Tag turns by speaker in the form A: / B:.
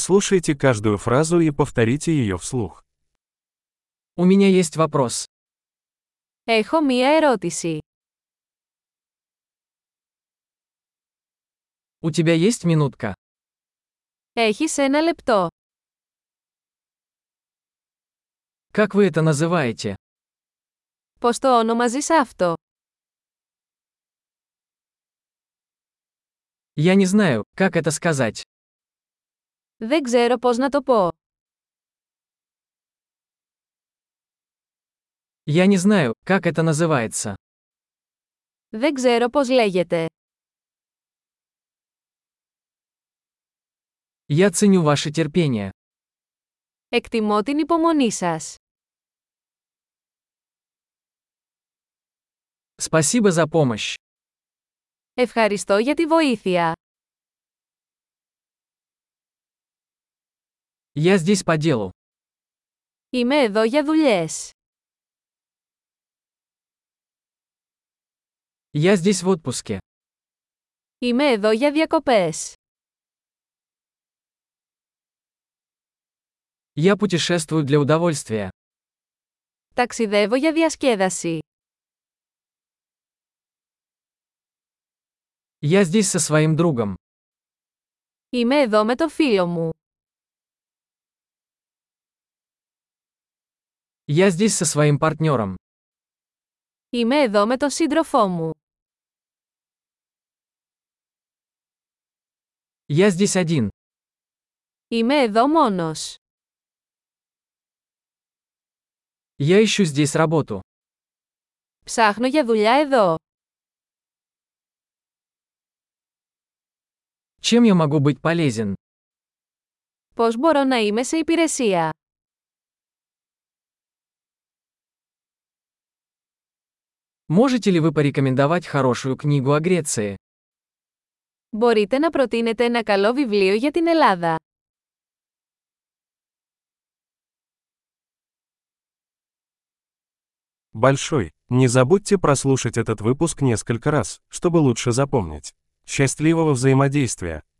A: Прослушайте каждую фразу и повторите ее вслух.
B: У меня есть вопрос.
C: Έχω μία ερώτηση.
B: У тебя есть минутка?
C: Έχεις ένα λεπτό.
B: Как вы это называете?
C: Πώς το ονομαζείς αυτό?
B: Я не знаю, как это сказать.
C: Δεν ξέρω πώς να το πω.
B: Я не знаю, как это называется.
C: Δεν ξέρω πώς λέγεται.
B: Я ценю ваше терпение.
C: Εκτιμώ την υπομονή σας.
B: Спасибо за помощь.
C: Ευχαριστώ για τη βοήθεια.
B: Я здесь по делу.
C: Είμαι εδώ για δουλειές.
B: Я здесь в отпуске.
C: Είμαι εδώ για διακοπές.
B: Я путешествую для удовольствия.
C: Ταξιδεύω για διασκέδαση.
B: Я здесь со своим другом.
C: Είμαι εδώ με το φίλο μου.
B: Я здесь со своим партнером.
C: Είμαι εδώ με τον σύντροφό μου.
B: Я здесь один.
C: Είμαι εδώ μόνος.
B: Я ищу здесь работу.
C: Ψάχνω για δουλειά εδώ.
B: Чем я могу быть полезен?
C: Πώς μπορώ να είμαι σε υπηρεσία.
B: Можете ли вы порекомендовать хорошую книгу о Греции?
C: Μπορείτε να προτείνετε ένα καλό βιβλίο για την Ελλάδα.
A: Большой. Не забудьте прослушать этот выпуск несколько раз, чтобы лучше запомнить. Счастливого взаимодействия!